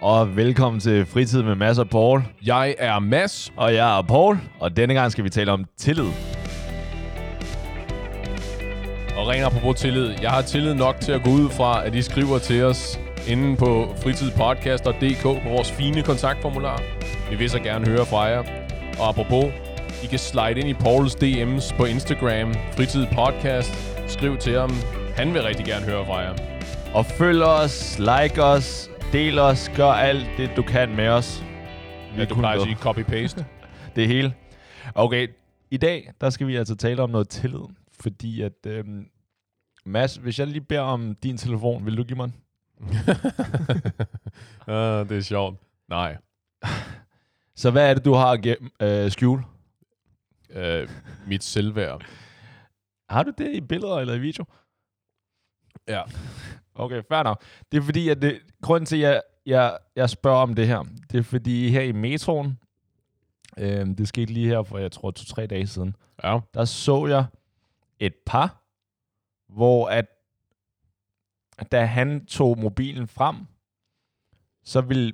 og velkommen til Fritid med Mads og Paul. Jeg er Mads. Og jeg er Paul, og denne gang skal vi tale om tillid. Og ringer på tillid. Jeg har tillid nok til at gå ud fra, at I skriver til os inde på fritidspodcast.dk på vores fine kontaktformular. Vi vil så gerne høre fra jer. Og apropos, I kan slide ind i Pauls DM's på Instagram, Fritid Podcast. Skriv til ham. Han vil rigtig gerne høre fra jer. Og følg os, like os, del os, gør alt det, du kan med os. Vi ja, du kun plejer at med. sige copy-paste. Det hele. Okay, i dag, der skal vi altså tale om noget tillid, fordi at... Øhm, Mads, hvis jeg lige beder om din telefon, vil du give mig den? ah, det er sjovt. Nej. Så hvad er det, du har at gem- øh, skjule? Øh, mit selvværd. Har du det i billeder eller i video? Ja. Okay, fair nok. Det er fordi, at det, grunden til, at jeg, jeg, jeg spørger om det her, det er fordi her i metroen, øh, det skete lige her for, jeg tror, to-tre dage siden, Ja. der så jeg et par, hvor at, da han tog mobilen frem, så ville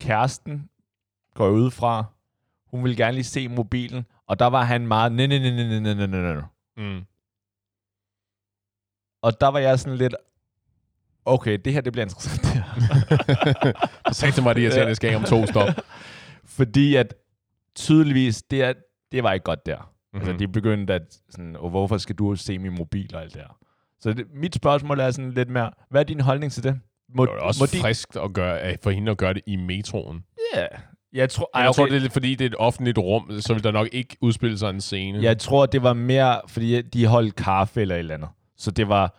kæresten gå ud fra, hun ville gerne lige se mobilen, og der var han meget, nej, nej, nej, nej, nej, nej, nej, nej. Mm. Og der var jeg sådan lidt, okay, det her, det bliver interessant. Det her. Sagde til mig, det irriterende skal om to stop. Fordi at tydeligvis, det, er, det var ikke godt der. Mm-hmm. Mhm. Altså, de begyndte at sådan, og hvorfor skal du se min mobil og alt det her? Så det, mit spørgsmål er sådan lidt mere, hvad er din holdning til det? Må, Det var også friskt at gøre, at for hende at gøre det i metroen. Ja. Jeg tror, Ej, ej, jeg tror, okay. det er lidt, fordi, det er et offentligt rum, så vil der nok ikke udspille sig en scene. Jeg tror, det var mere, fordi de holdt kaffe eller et eller andet. Så det var,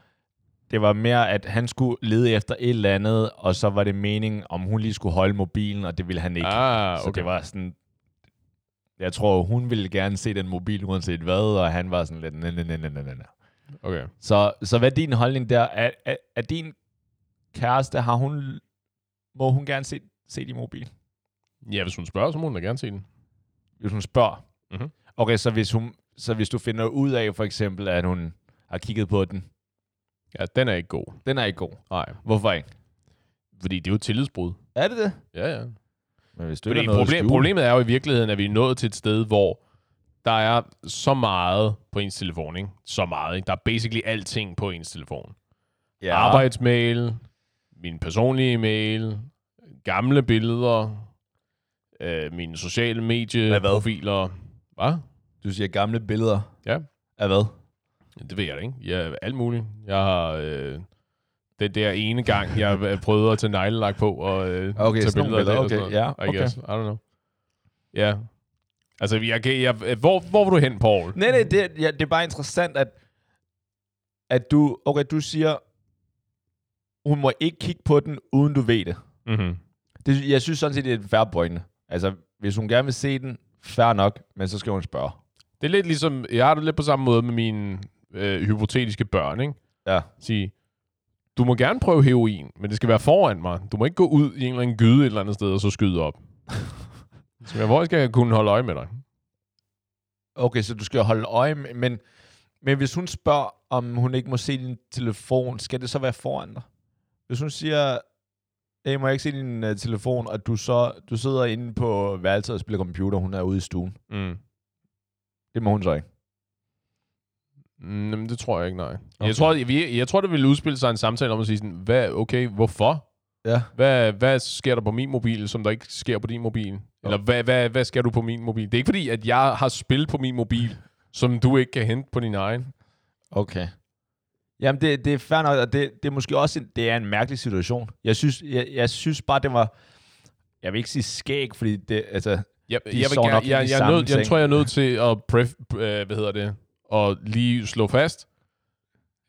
det var mere, at han skulle lede efter et eller andet, og så var det meningen, om hun lige skulle holde mobilen, og det ville han ikke. Ah, Så okay. det var sådan... Jeg tror, hun ville gerne se den mobil, uanset hvad, og han var sådan lidt... "Næ, næ, næ, næ, næ, næ, næ." okay. Så, så hvad er din holdning der? Er, er, er din kæreste, har hun, må hun gerne se, se din mobil? Ja, hvis hun spørger, så må hun da gerne se den. Hvis hun spørger. Mhm. Okay, så hvis, hun, så hvis du finder ud af, for eksempel, at hun har kigget på den. Ja, den er ikke god. Den er ikke god. Nej. Hvorfor ikke? Fordi det er jo et tillidsbrud. Er det det? Ja, ja. Men hvis du Fordi problem, problemet er jo i virkeligheden, at vi er nået til et sted, hvor der er så meget på ens telefon, ikke? Så meget, ikke? Der er basically alting på ens telefon. ja. Ja. Arbejdsmail, min personlige mail, gamle billeder, øh, mine sociale medieprofiler. Hvad? Du siger gamle billeder. Ja. Af hvad? Det ved jeg da ikke. Ja, alt muligt. Jeg har... Øh, den der ene gang, jeg prøvede at tage neglelak på og øh, Okay, tage sådan nogle billeder af det. billeder. og Okay, ja, sådan noget, I okay. guess. I don't know. Ja. Altså, jeg, kan, jeg, hvor, hvor var du hen, Paul? Nej, nej, det, ja, det er bare interessant, at, at du, okay, du siger, hun må ikke kigge på den, uden du ved det. Mm-hmm. det jeg synes sådan set, det er et færre point. Altså, hvis hun gerne vil se den, færre nok, men så skal hun spørge. Det er lidt ligesom... Jeg har det lidt på samme måde med mine øh, hypotetiske børn, ikke? Ja. Sige, du må gerne prøve heroin, men det skal være foran mig. Du må ikke gå ud i en eller anden gyde et eller andet sted og så skyde op. Så jeg, hvor skal jeg kunne holde øje med dig? Okay, så du skal holde øje med, men, men hvis hun spørger, om hun ikke må se din telefon, skal det så være foran dig? Hvis hun siger, hey, må jeg ikke se din uh, telefon, og du så du sidder inde på værelset og spiller computer, hun er ude i stuen. Mm. Det må hun så ikke. Mm, jamen, det tror jeg ikke, nej. Okay. Okay. Jeg, tror, jeg, vi- jeg tror, det ville udspille sig en samtale om at sige sådan, hvad, okay, hvorfor? Ja. Hvad, hvad sker der på min mobil, som der ikke sker på din mobil? Eller hvad, hvad, hvad sker du på min mobil? Det er ikke fordi, at jeg har spil på min mobil, som du ikke kan hente på din egen. Okay. Jamen, det, det er fair nok, og det, det er måske også en, det er en mærkelig situation. Jeg synes, jeg, jeg synes bare, det var... Jeg vil ikke sige skæg, fordi det, altså, Jeg, jeg, De vil sover gerne, nok i jeg, jeg, den jeg, samme nød, jeg seng. tror, jeg er nødt til at pref, øh, hvad hedder det, og lige slå fast,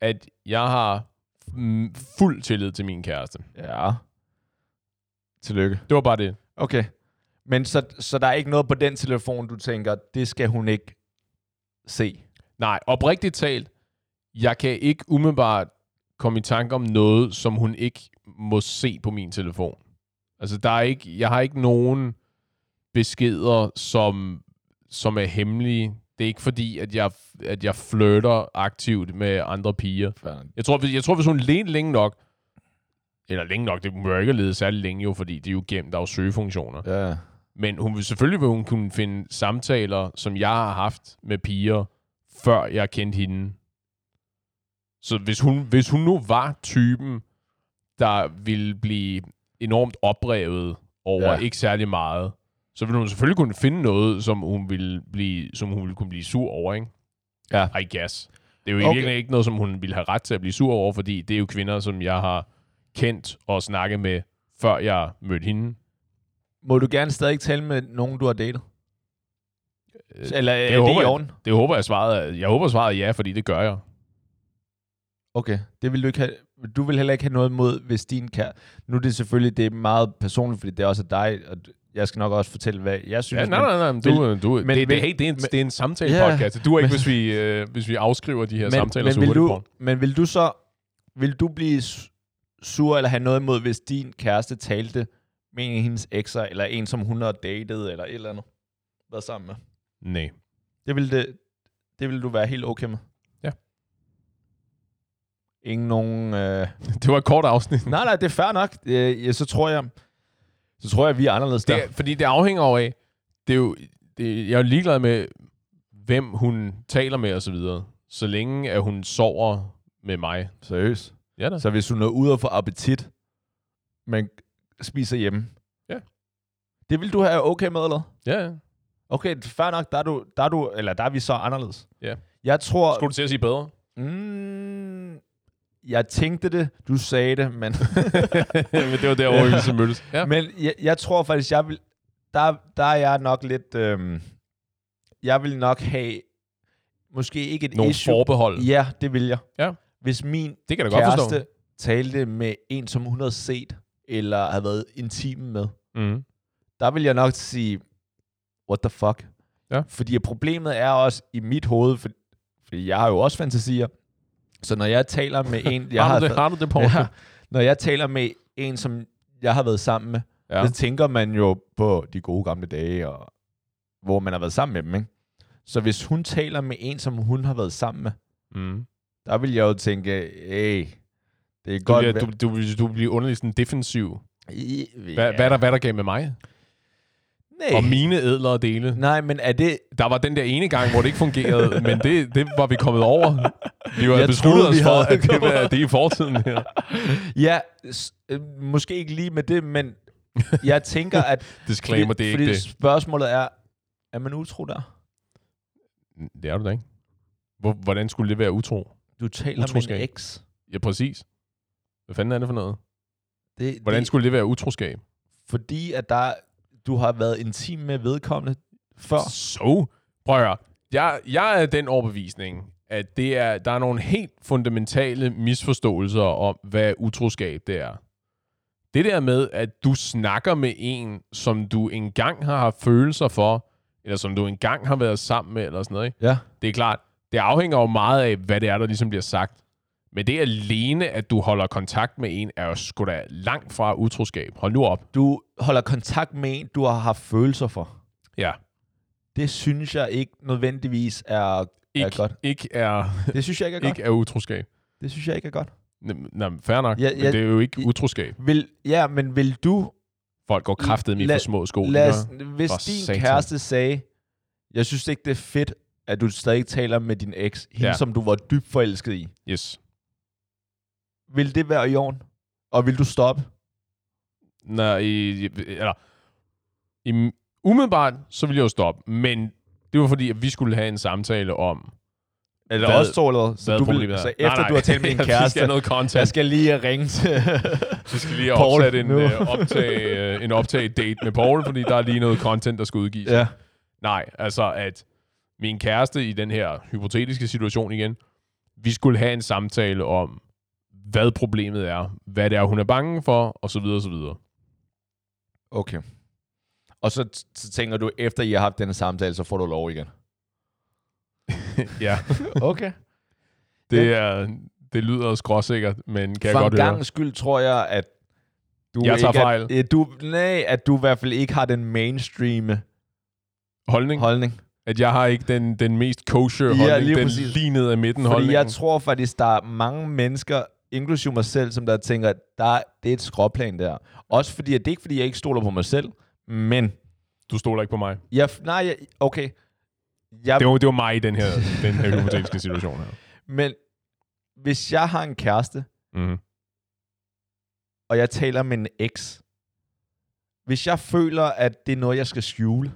at jeg har mm, fuld tillid til min kæreste. ja. Tillykke. Det var bare det. Okay. Men så, så der er ikke noget på den telefon, du tænker, det skal hun ikke se. Nej, oprigtigt talt, jeg kan ikke umiddelbart komme i tanke om noget, som hun ikke må se på min telefon. Altså, der er ikke, jeg har ikke nogen beskeder, som, som er hemmelige. Det er ikke fordi, at jeg, at jeg flirter aktivt med andre piger. Jeg tror, hvis, jeg tror, hvis hun ledte længe nok, Eller længe nok. Det må jo ikke lede særlig længe jo, fordi det er jo gemt. Der er jo søgefunktioner. Ja. Men hun vil, selvfølgelig vil hun kunne finde samtaler, som jeg har haft med piger, før jeg kendte hende. Så hvis hun, hvis hun nu var typen, der ville blive enormt oprevet over ja. Ja. ikke særlig meget, så ville hun selvfølgelig kunne finde noget, som hun ville, blive, som hun ville kunne blive sur over, ikke? Ja. I guess. Det er jo Okay. okay. virkelig ikke noget, som hun ville have ret til at blive sur over, fordi det er jo kvinder, som jeg har kendt og snakket med, før jeg mødte hende. Må du gerne stadig tale med nogen, du har datet? Øh, Eller det er håber det i jeg. orden? Det håber jeg svarede. Jeg håber svaret er ja, fordi det gør jeg. Okay, det vil du ikke have. Du vil heller ikke have noget mod, hvis din kære... Nu er det selvfølgelig det er meget personligt, fordi det er også dig, og d- jeg skal nok også fortælle, hvad jeg synes. Ja, nej, nej, nej. men Du, men, du, men, det, det, hey, det, er en, det er en samtale-podcast. Det duer ikke, hvis vi, øh, hvis vi afskriver de her men, samtaler men, så vil hurtigt du, på. men vil du så... Vil du blive su- sur eller have noget imod, hvis din kæreste talte med en af hendes ekser, eller en, som hun har datet, eller et eller andet, været sammen med? Nej. Det ville, det, det ville du være helt okay med? Ja. Ingen nogen... Øh, Det var et kort afsnit. Nej, nej, det er fair nok. Øh, ja, så tror jeg, så tror jeg, vi er anderledes Det, der. er- fordi det afhænger jo af... Det er jo, det, jeg er jo ligeglad med, hvem hun taler med og så videre. Så længe, at hun sover med mig. Seriøst. Ja da. Så hvis hun er ude og få appetit, men spiser hjemme. Ja. Det vil du have okay med, eller? Ja, ja. Okay, det er fair nok. Der er, du, der er, du, eller der er vi så anderledes. Ja. Jeg tror... Skulle du til at sige bedre? Mm, jeg tænkte det, du sagde det, men... men det var der, hvor vi så mødtes. Ja. Men jeg, jeg tror faktisk, jeg vil, der, der er jeg nok lidt... Øhm, jeg vil nok have... Måske ikke et Nogle issue. forbehold. Ja, det vil jeg. Ja. Hvis min Det kan jeg da godt forstå. kæreste talte med en, som hun havde set, eller havde været intim med, Mm. der vil jeg nok sige, what the fuck? Ja. Fordi problemet er også i mit hoved, for, fordi jeg har jo også fantasier, så når jeg taler med en, jeg har, har, du det, har du det, Paul? ja, når jeg taler med en, som jeg har været sammen med, Ja. ja. så tænker man jo på de gode gamle dage, og hvor man har været sammen med dem, ikke? Så hvis hun taler med en, som hun har været sammen med, Mm. der vil jeg jo tænke, hey, det er Du, godt... bliver, du, du, vil- du bliver underligt sådan defensiv. I, Hva, ja. Hvad er der, hvad er der gav med mig? Nej. Og mine ædlere dele. Nej, men er det... Der var den der ene gang, hvor det ikke fungerede, men det, det var vi kommet over. Vi var Jeg besluttet troede, vi os for, havde at det, var, det er i fortiden her. Ja, s- øh, måske ikke lige med det, men jeg tænker, at... Disclaimer, det er ikke det. spørgsmålet er, er man utro der? Det er du da ikke. Hvor, hvordan skulle det være utro? Du taler med Utroskab. en eks. Ja, præcis. Hvad fanden er det for noget? Det, Hvordan det, skulle det være utroskab? Fordi at der, du har været intim med vedkommende før. Så, prøv at høre. Jeg, jeg er den overbevisning, at det er, der er nogle helt fundamentale misforståelser om, hvad utroskab det er. Det der med, at du snakker med en, som du engang har haft følelser for, eller som du engang har været sammen med, eller sådan noget, ikke? Ja. det er klart, det afhænger jo meget af, hvad det er, der ligesom bliver sagt. Men det alene, at du holder kontakt med en, er jo sgu da langt fra utroskab. Hold nu op. Du holder kontakt med en, du har haft følelser for. Ja. Det synes jeg ikke nødvendigvis er... Ikke Ja, godt. ikke er, Det synes jeg ikke er godt. ikke er utroskab. Det synes jeg ikke er godt. Nej, fair nok. Ja, Ja, ja, ja, men det er jo ikke i- utroskab. Vil, ja, men vil du Folk går kraftet i for Lad- små sko. de Lad os, gør. hvis For din satan. kæreste sagde, jeg synes ikke, det er fedt, at du stadig taler med din eks, hende Ja. ja. som du var dybt forelsket i. Yes. Vil det være i orden? Og vil du stoppe? Nå, i, i- eller, i, umiddelbart, så ville jeg jo stoppe. Men det var fordi, at vi skulle have en samtale om... Eller Hvad- også to eller så, hvad du problemet vil, er. så Nej, efter nej. du har talt med din Vi skal have kæreste, noget jeg content. skal lige ringe til... Vi skal lige have Paul, opsat en, nu. øh, optage, øh, en optage date med Paul, fordi der er lige noget content, der skal udgives. ja. Nej, altså at min kæreste i den her hypotetiske situation igen, vi skulle have en samtale om, hvad problemet er, hvad det er, hun er bange for, og så videre, og så videre. Okay. Og så, t- så tænker du, efter I har haft denne samtale, så får du lov igen. ja, Okay. det, er, det lyder skråsikkert, men kan For jeg en godt høre. gang skyld tror jeg, at du Jeg tager ikke er- fejl. øh, du, nej, at du i hvert fald ikke har den mainstream Holdning, holdning. at jeg har ikke den, den mest kosher Ja, holdning, lige den præcis. lige ned ad midten Fordi holdning. jeg tror faktisk, der er mange mennesker, inklusive mig selv, som der tænker, der, det er et skråplan der. Også fordi, at det er ikke fordi, jeg ikke stoler på mig selv, men Du stoler ikke på mig. jeg, nej, jeg, okay, jeg, Det var, det var mig i den her, den her hypotetiske situation her. men hvis jeg har en kæreste, Mm. og jeg taler med en eks, hvis jeg føler, at det er noget, jeg skal skjule,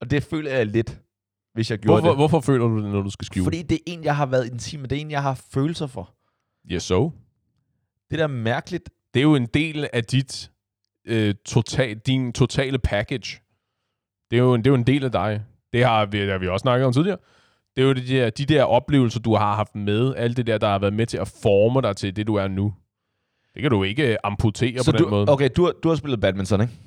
og det føler jeg lidt, hvis jeg gjorde Hvorfor, det. hvorfor føler du det, når du skal skjule? Fordi det er en, jeg har været intim med, det er en, jeg har følelser for. Yes, so. Det er da mærkeligt. Det er jo en del af dit, øh, total, din totale package. Det er, jo en, det er jo en del af dig. Det har vi, det har vi også snakket om tidligere. Det er jo de der, de der oplevelser, du har haft med. Alt det der, der har været med til at forme dig til det, du er nu. Det kan du ikke øh, amputere på du, den måde. Okay, du, har- du har spillet badminton, ikke?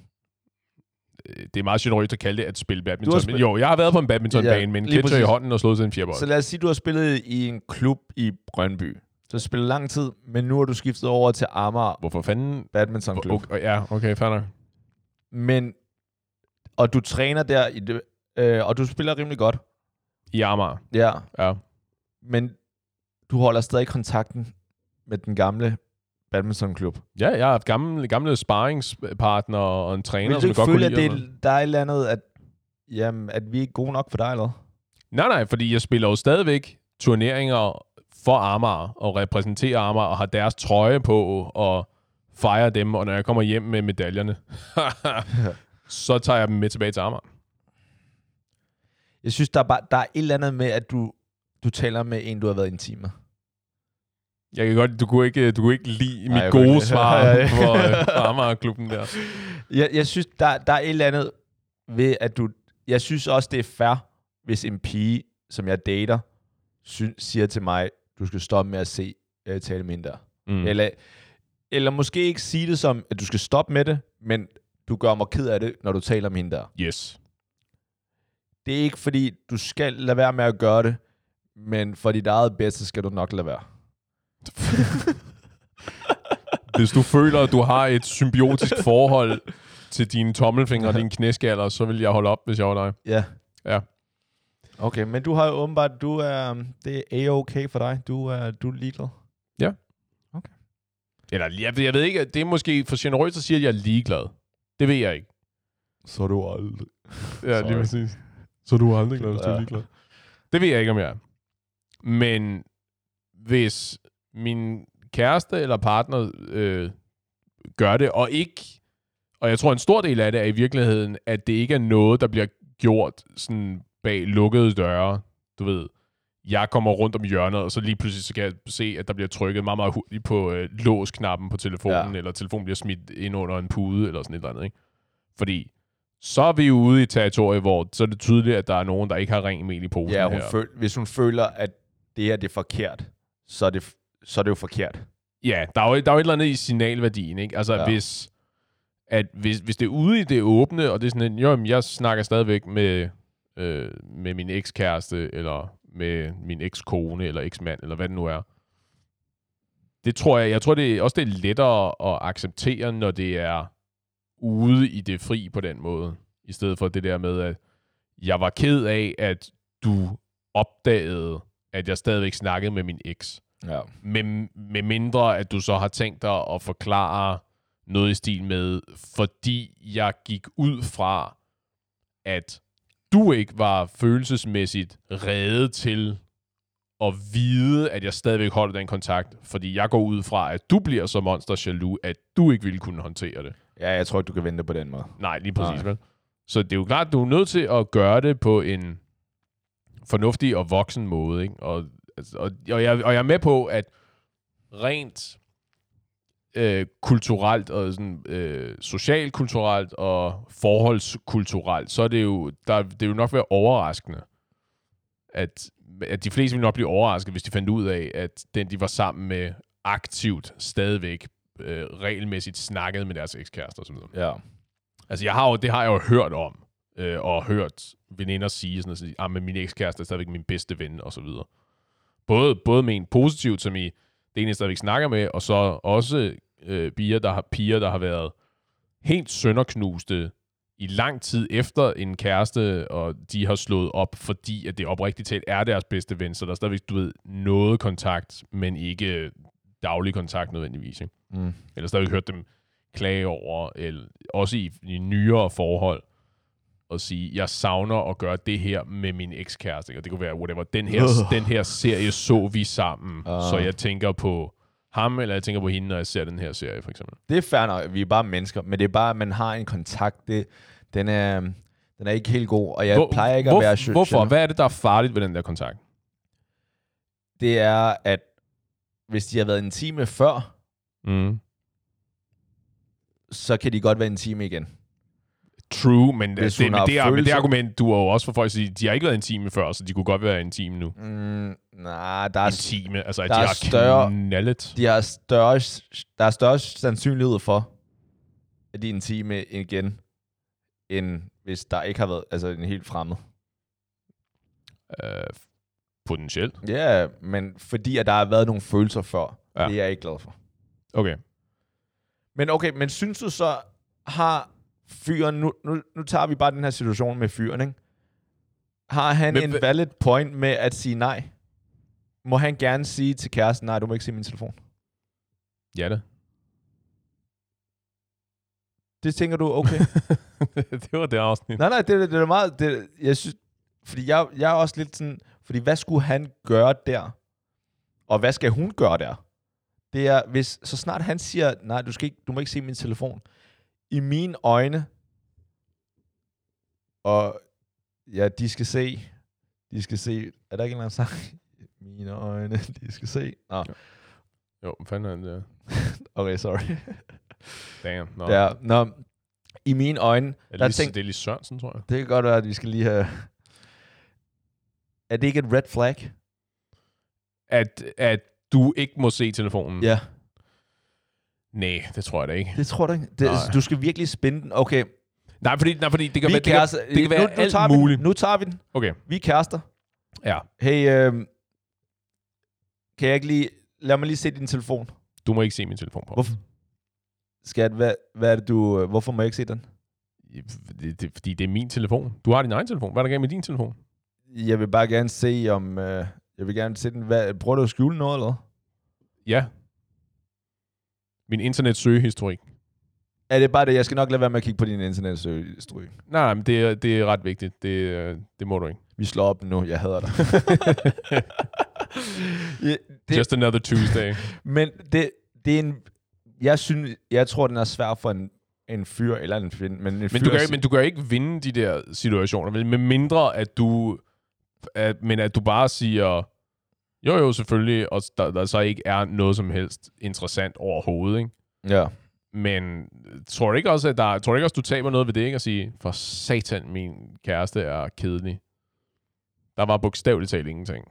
Øh, Det er meget generøst at kalde det at spille badminton. spil- Men jo, jeg har været på en badmintonbane Ja, med en lige ketcher i præcis. hånden og slået til en fjerbold. Så lad os sige, du har spillet i en klub i Brøndby. Så du har spillet lang tid, men nu har du skiftet over til Amager Hvorfor fanden? Badminton Klub. Okay. Okay, ja, okay, fair nok. Men, og du træner der, i det, øh, og du spiller rimelig godt. I Amager. Ja. Ja. Men du holder stadig kontakten med den gamle badmintonklub. Ja, jeg har haft gamle, gamle sparringspartner og en træner, Vil som du jeg ikke godt føle, kunne at lide. det og sådan er, der er et eller andet, at, jamen, at vi ikke er gode nok for dig, eller hvad? noget. Nej, nej, fordi jeg spiller jo stadigvæk turneringer for Amager og repræsenterer Amager og har deres trøje på og fejrer dem, og når jeg kommer hjem med medaljerne, så tager jeg dem med tilbage til Amager. Jeg synes, der er, bare, der er et eller andet med, at du, du taler med en, du har været intim med. Jeg kan godt, du kunne ikke, du kunne ikke lide Nej, mit jeg kunne gode ikke. svar Ja, ja. for, øh, for Amager-klubben der. Jeg, jeg synes, der, der er et eller andet ved, at du... Jeg synes også, det er fair, hvis en pige, som jeg dater, sy- siger til mig, du skal stoppe med at se øh, tale mindre. Mm. Mm. Eller, eller måske ikke sige det som, at du skal stoppe med det, men du gør mig ked af det, når du taler om hende der. Yes. Det er ikke fordi, du skal lade være med at gøre det, men for dit eget bedste skal du nok lade være. Hvis du føler, at du har et symbiotisk forhold til dine tommelfingre og dine knæskaller, så vil jeg holde op, hvis jeg var dig. Ja. Ja. Okay, men du har jo åbenbart, du er, det er A-okay for dig. Du er, du er ligeglad. Eller, jeg, ved- jeg ved ikke, at det er måske for generøst at sige, at jeg er ligeglad. Det ved jeg ikke. Så er du aldrig. Ja, Sorry. præcis. Så du er aldrig glad, hvis du er ligeglad. Det ved jeg ikke, om jeg er. Men hvis min kæreste eller partner øh, gør det, og ikke... Og jeg tror, en stor del af det er i virkeligheden, at det ikke er noget, der bliver gjort sådan bag lukkede døre. Du ved, jeg kommer rundt om hjørnet, og så lige pludselig så kan jeg se, at der bliver trykket meget, meget hurtigt på øh, låsknappen på telefonen, ja. Ja. eller telefonen bliver smidt ind under en pude, eller sådan et eller andet. Ikke? Fordi så er vi jo ude i et territorie, hvor så er det tydeligt, at der er nogen, der ikke har rent mel i posen Ja, hun her. føl, hvis hun føler, at det her det er forkert, så er det, f- så er det jo forkert. Ja, der er, jo, der er jo et eller andet i signalværdien, ikke? Altså, ja. Ja. hvis, at hvis, hvis det er ude i det åbne, og det er sådan en, jo, jamen, jeg snakker stadigvæk med, øh, med min ekskæreste, eller med min ekskone, eller eksmand, eller hvad det nu er. Det tror jeg, jeg tror det er, også, det er lettere at acceptere, når det er ude i det fri på den måde, i stedet for det der med, at jeg var ked af, at du opdagede, at jeg stadigvæk snakkede med min eks. Ja. Med, med mindre, at du så har tænkt dig at forklare noget i stil med, fordi jeg gik ud fra, at du ikke var følelsesmæssigt reddet til at vide, at jeg stadigvæk holder den kontakt, fordi jeg går ud fra, at du bliver så monster jaloux, at du ikke ville kunne håndtere det. ja, jeg tror ikke, du kan vente på den måde. Nej, lige præcis. Nej. Vel? Så det er jo klart, du er nødt til at gøre det på en fornuftig og voksen måde. Ikke? Og, altså, og, og, jeg, og jeg er med på, at rent øh, kulturelt og sådan, øh, socialkulturelt og forholdskulturelt, så er det jo, der, det vil nok være overraskende, at, at de fleste ville nok blive overrasket, hvis de fandt ud af, at den, de var sammen med aktivt, stadigvæk øh, regelmæssigt snakkede med deres ekskærester osv. Ja. Altså, jeg har jo, det har jeg jo hørt om, øh, og hørt veninder sige, sådan at sige, ah, men min ekskæreste er stadigvæk min bedste ven, og så videre. Både, både med en positivt, som i det ene, jeg stadigvæk snakker med, og så også øh, piger, der har, piger, der har været helt sønderknuste i lang tid efter en kæreste, og de har slået op, fordi at det oprigtigt talt er deres bedste ven, så der er stadigvæk, du ved, noget kontakt, men ikke øh, daglig kontakt nødvendigvis. Ikke? Mm. Ellers der har vi hørt dem klage over, eller, også i, i nyere forhold, og sige, jeg savner at gøre det her med min ekskæreste. ikke? Og det kunne være, whatever, den her, Ugh. den her serie så vi sammen, uh. Ah. så jeg tænker på ham, eller jeg tænker på hende, når jeg ser den her serie, for eksempel. Det er fair nok, vi er bare mennesker, men det er bare, at man har en kontakt, det, den, er, den er ikke helt god, og jeg Hvor, plejer ikke hvor, at være sø- Hvorfor? sønder. Hvad er det, der er farligt ved den der kontakt? Det er, at hvis de har været intime før, Mm. så kan de godt være intime igen. True, men det, Hvis det, hun men har det, er, men det følelser. argument duer jo også for folk at sige, de har ikke været intime før, så de kunne godt være intime nu. Mm, nej, der er, Intime, altså at der de er har større- knaldet. de har større, der er større sandsynlighed for, at de er intime igen, end hvis der ikke har været altså en helt fremmed. Øh, potentielt. Ja, yeah, men fordi at der har været nogle følelser før, Ja. ja. det er jeg ikke glad for. Okay. Men okay, men synes du så, har fyren, nu, nu, nu tager vi bare den her situation med fyren, ikke? Har han Men men, en hva- valid point med at sige nej? Må han gerne sige til kæresten, nej, du må ikke se min telefon? Ja da. Det tænker du, okay. det var det afsnit. nej, nej, det, det, det er meget, det, jeg synes, fordi jeg, jeg er også lidt sådan, fordi hvad skulle han gøre der? Og hvad skal hun gøre der? Det er, hvis, så snart han siger, nej, du, skal ikke, du må ikke se min telefon. I mine øjne, og ja, de skal se, de skal se, er der ikke en eller anden sang? Mine øjne, de skal se. Nå, Jo, hvad fanden er det der? okay, sorry. Damn. Nå. Ja, nå, i mine øjne, Er der det, lige, tænk- det er lige Sørensen, tror jeg. Det kan godt være, at vi skal lige have... Er det ikke et red flag? At, at du ikke må se telefonen? Ja, Nej, det tror jeg da ikke. det tror du ikke. Det, Nej. du skal virkelig spænde den. Okay, Nej, fordi, nej, fordi det kan, vi er være, det kan, kærester. det kan være nu, nu alt tager muligt. Vi, den. nu tager vi den. Okay, Vi er kærester. ja. Hey, øh, kan jeg ikke lige... Lad mig lige se din telefon. Du må ikke se min telefon på. Hvorfor? Skat, hvad, hvad er det, du... øh, Hvorfor må jeg ikke se den? Det, det, fordi det er min telefon. Du har din egen telefon. Hvad er der galt med din telefon? Jeg vil bare gerne se, om... Øh, jeg vil gerne se den. Hvad, prøver du at skjule noget, eller hvad? Ja. Min internetsøgehistorik. Er det bare det, jeg skal nok lade være med at kigge på din internetstryg? Nej, nej, men det, er- det er ret vigtigt. Det, øh, det må du ikke. Vi slår op nu. Jeg hader dig. ja, Det... det, Just another Tuesday. men det, det er en... Jeg, synes, jeg tror, den er svær for en, en fyr eller en kvinde. Men, en men, fyr du kan, at sige- men du kan ikke vinde de der situationer, vel? Med mindre, at du... At, men at du bare siger... Jo, jo, selvfølgelig, og der, der så ikke er noget som helst interessant overhovedet, ikke? Ja. Men øh, tror du ikke også, at der, tror du ikke også, du taber noget ved det, ikke? At sige, for satan, min kæreste er kedelig. Der var bogstaveligt talt ingenting.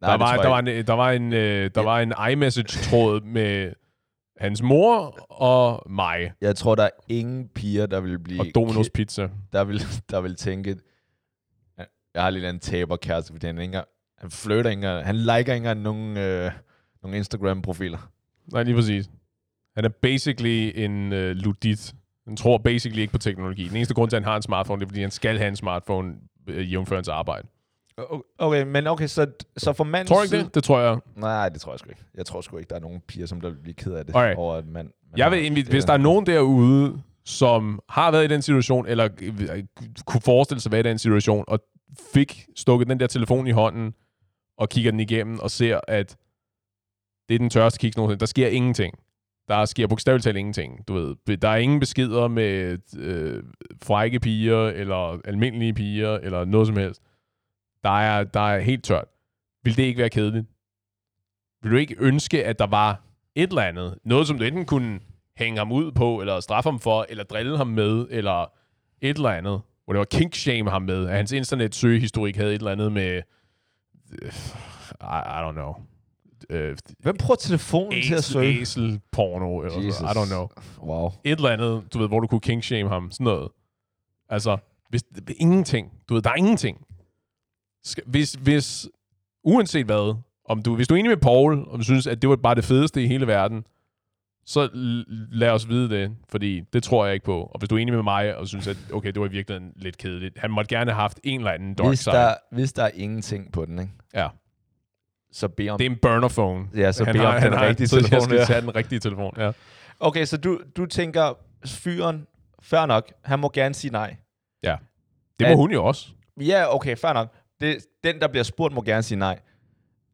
Nej, der, var, det der, var tror jeg en, der var en, øh, der Ja. var en iMessage-tråd med hans mor og mig ikke. jeg tror, der er ingen piger, der vil blive... og Domino's Pizza. Der vil, der vil tænke... Jeg har lidt af en taberkæreste, fordi han ikke engang... Han flytter ikke engang... Han liker ikke engang nogen, øh, nogen Instagram-profiler. Nej, lige præcis. Han er basically en øh, ludit. Han tror basically ikke på teknologi. Den eneste grund til, at han har en smartphone, det er, fordi han skal have en smartphone øh, jævnfør hans arbejde. Okay, men okay, så, så for mandens Tror du ikke det? Det tror jeg. Nej, det tror jeg sgu ikke. Jeg tror sgu ikke, der er nogen piger, som der vil blive ked af det Alright. over, at mand... man Jeg har- vil, egentlig- det hvis der er nogen derude, som har været i den situation, eller øh, kunne forestille sig at være i den situation, og fik stukket den der telefon i hånden, og kigger den igennem, og ser, at det er den tørste kiks nogensinde. Der sker ingenting. Der sker bogstaveligt talt ingenting, du ved. Der er ingen beskeder med øh, frække piger, eller almindelige piger, eller noget som helst. Der er, der er helt tørt. Vil det ikke være kedeligt? Vil du ikke ønske, at der var et eller andet? Noget, som du enten kunne hænge ham ud på, eller straffe ham for, eller drille ham med, eller et eller andet. Hvor det var kinkshame ham med, at hans internetsøgehistorik havde et eller andet med... øh, I, I don't know. Øh, Hvem bruger telefonen til at æsel, søge? æsel porno, eller sådan Jesus. noget. I don't know. Wow. Et eller andet, du ved, hvor du kunne kinkshame ham. Sådan noget. Altså, hvis, ingenting. Du ved, der er ingenting. Skal- Hvis, hvis, uanset hvad, om du, hvis du er enig med Paul, og du synes, at det var bare det fedeste i hele verden, så l- lad os vide det, fordi det tror jeg ikke på. Og hvis du er enig med mig, og synes, at okay, det var i virkeligheden lidt kedeligt. Han måtte gerne have haft en eller anden dark Hvis side. der, hvis der er ingenting på den, ikke? Ja. så bed om, Det er en burner phone. ja, så han bed har, om han den har rigtige tid, Jeg telefon. skal Ja. tage den rigtige telefon, ja. Okay, så du, du tænker, fyren, fair nok, han må gerne sige nej. Det må At- hun jo også. Ja, okay, fair nok. Det, den, der bliver spurgt, må gerne sige nej.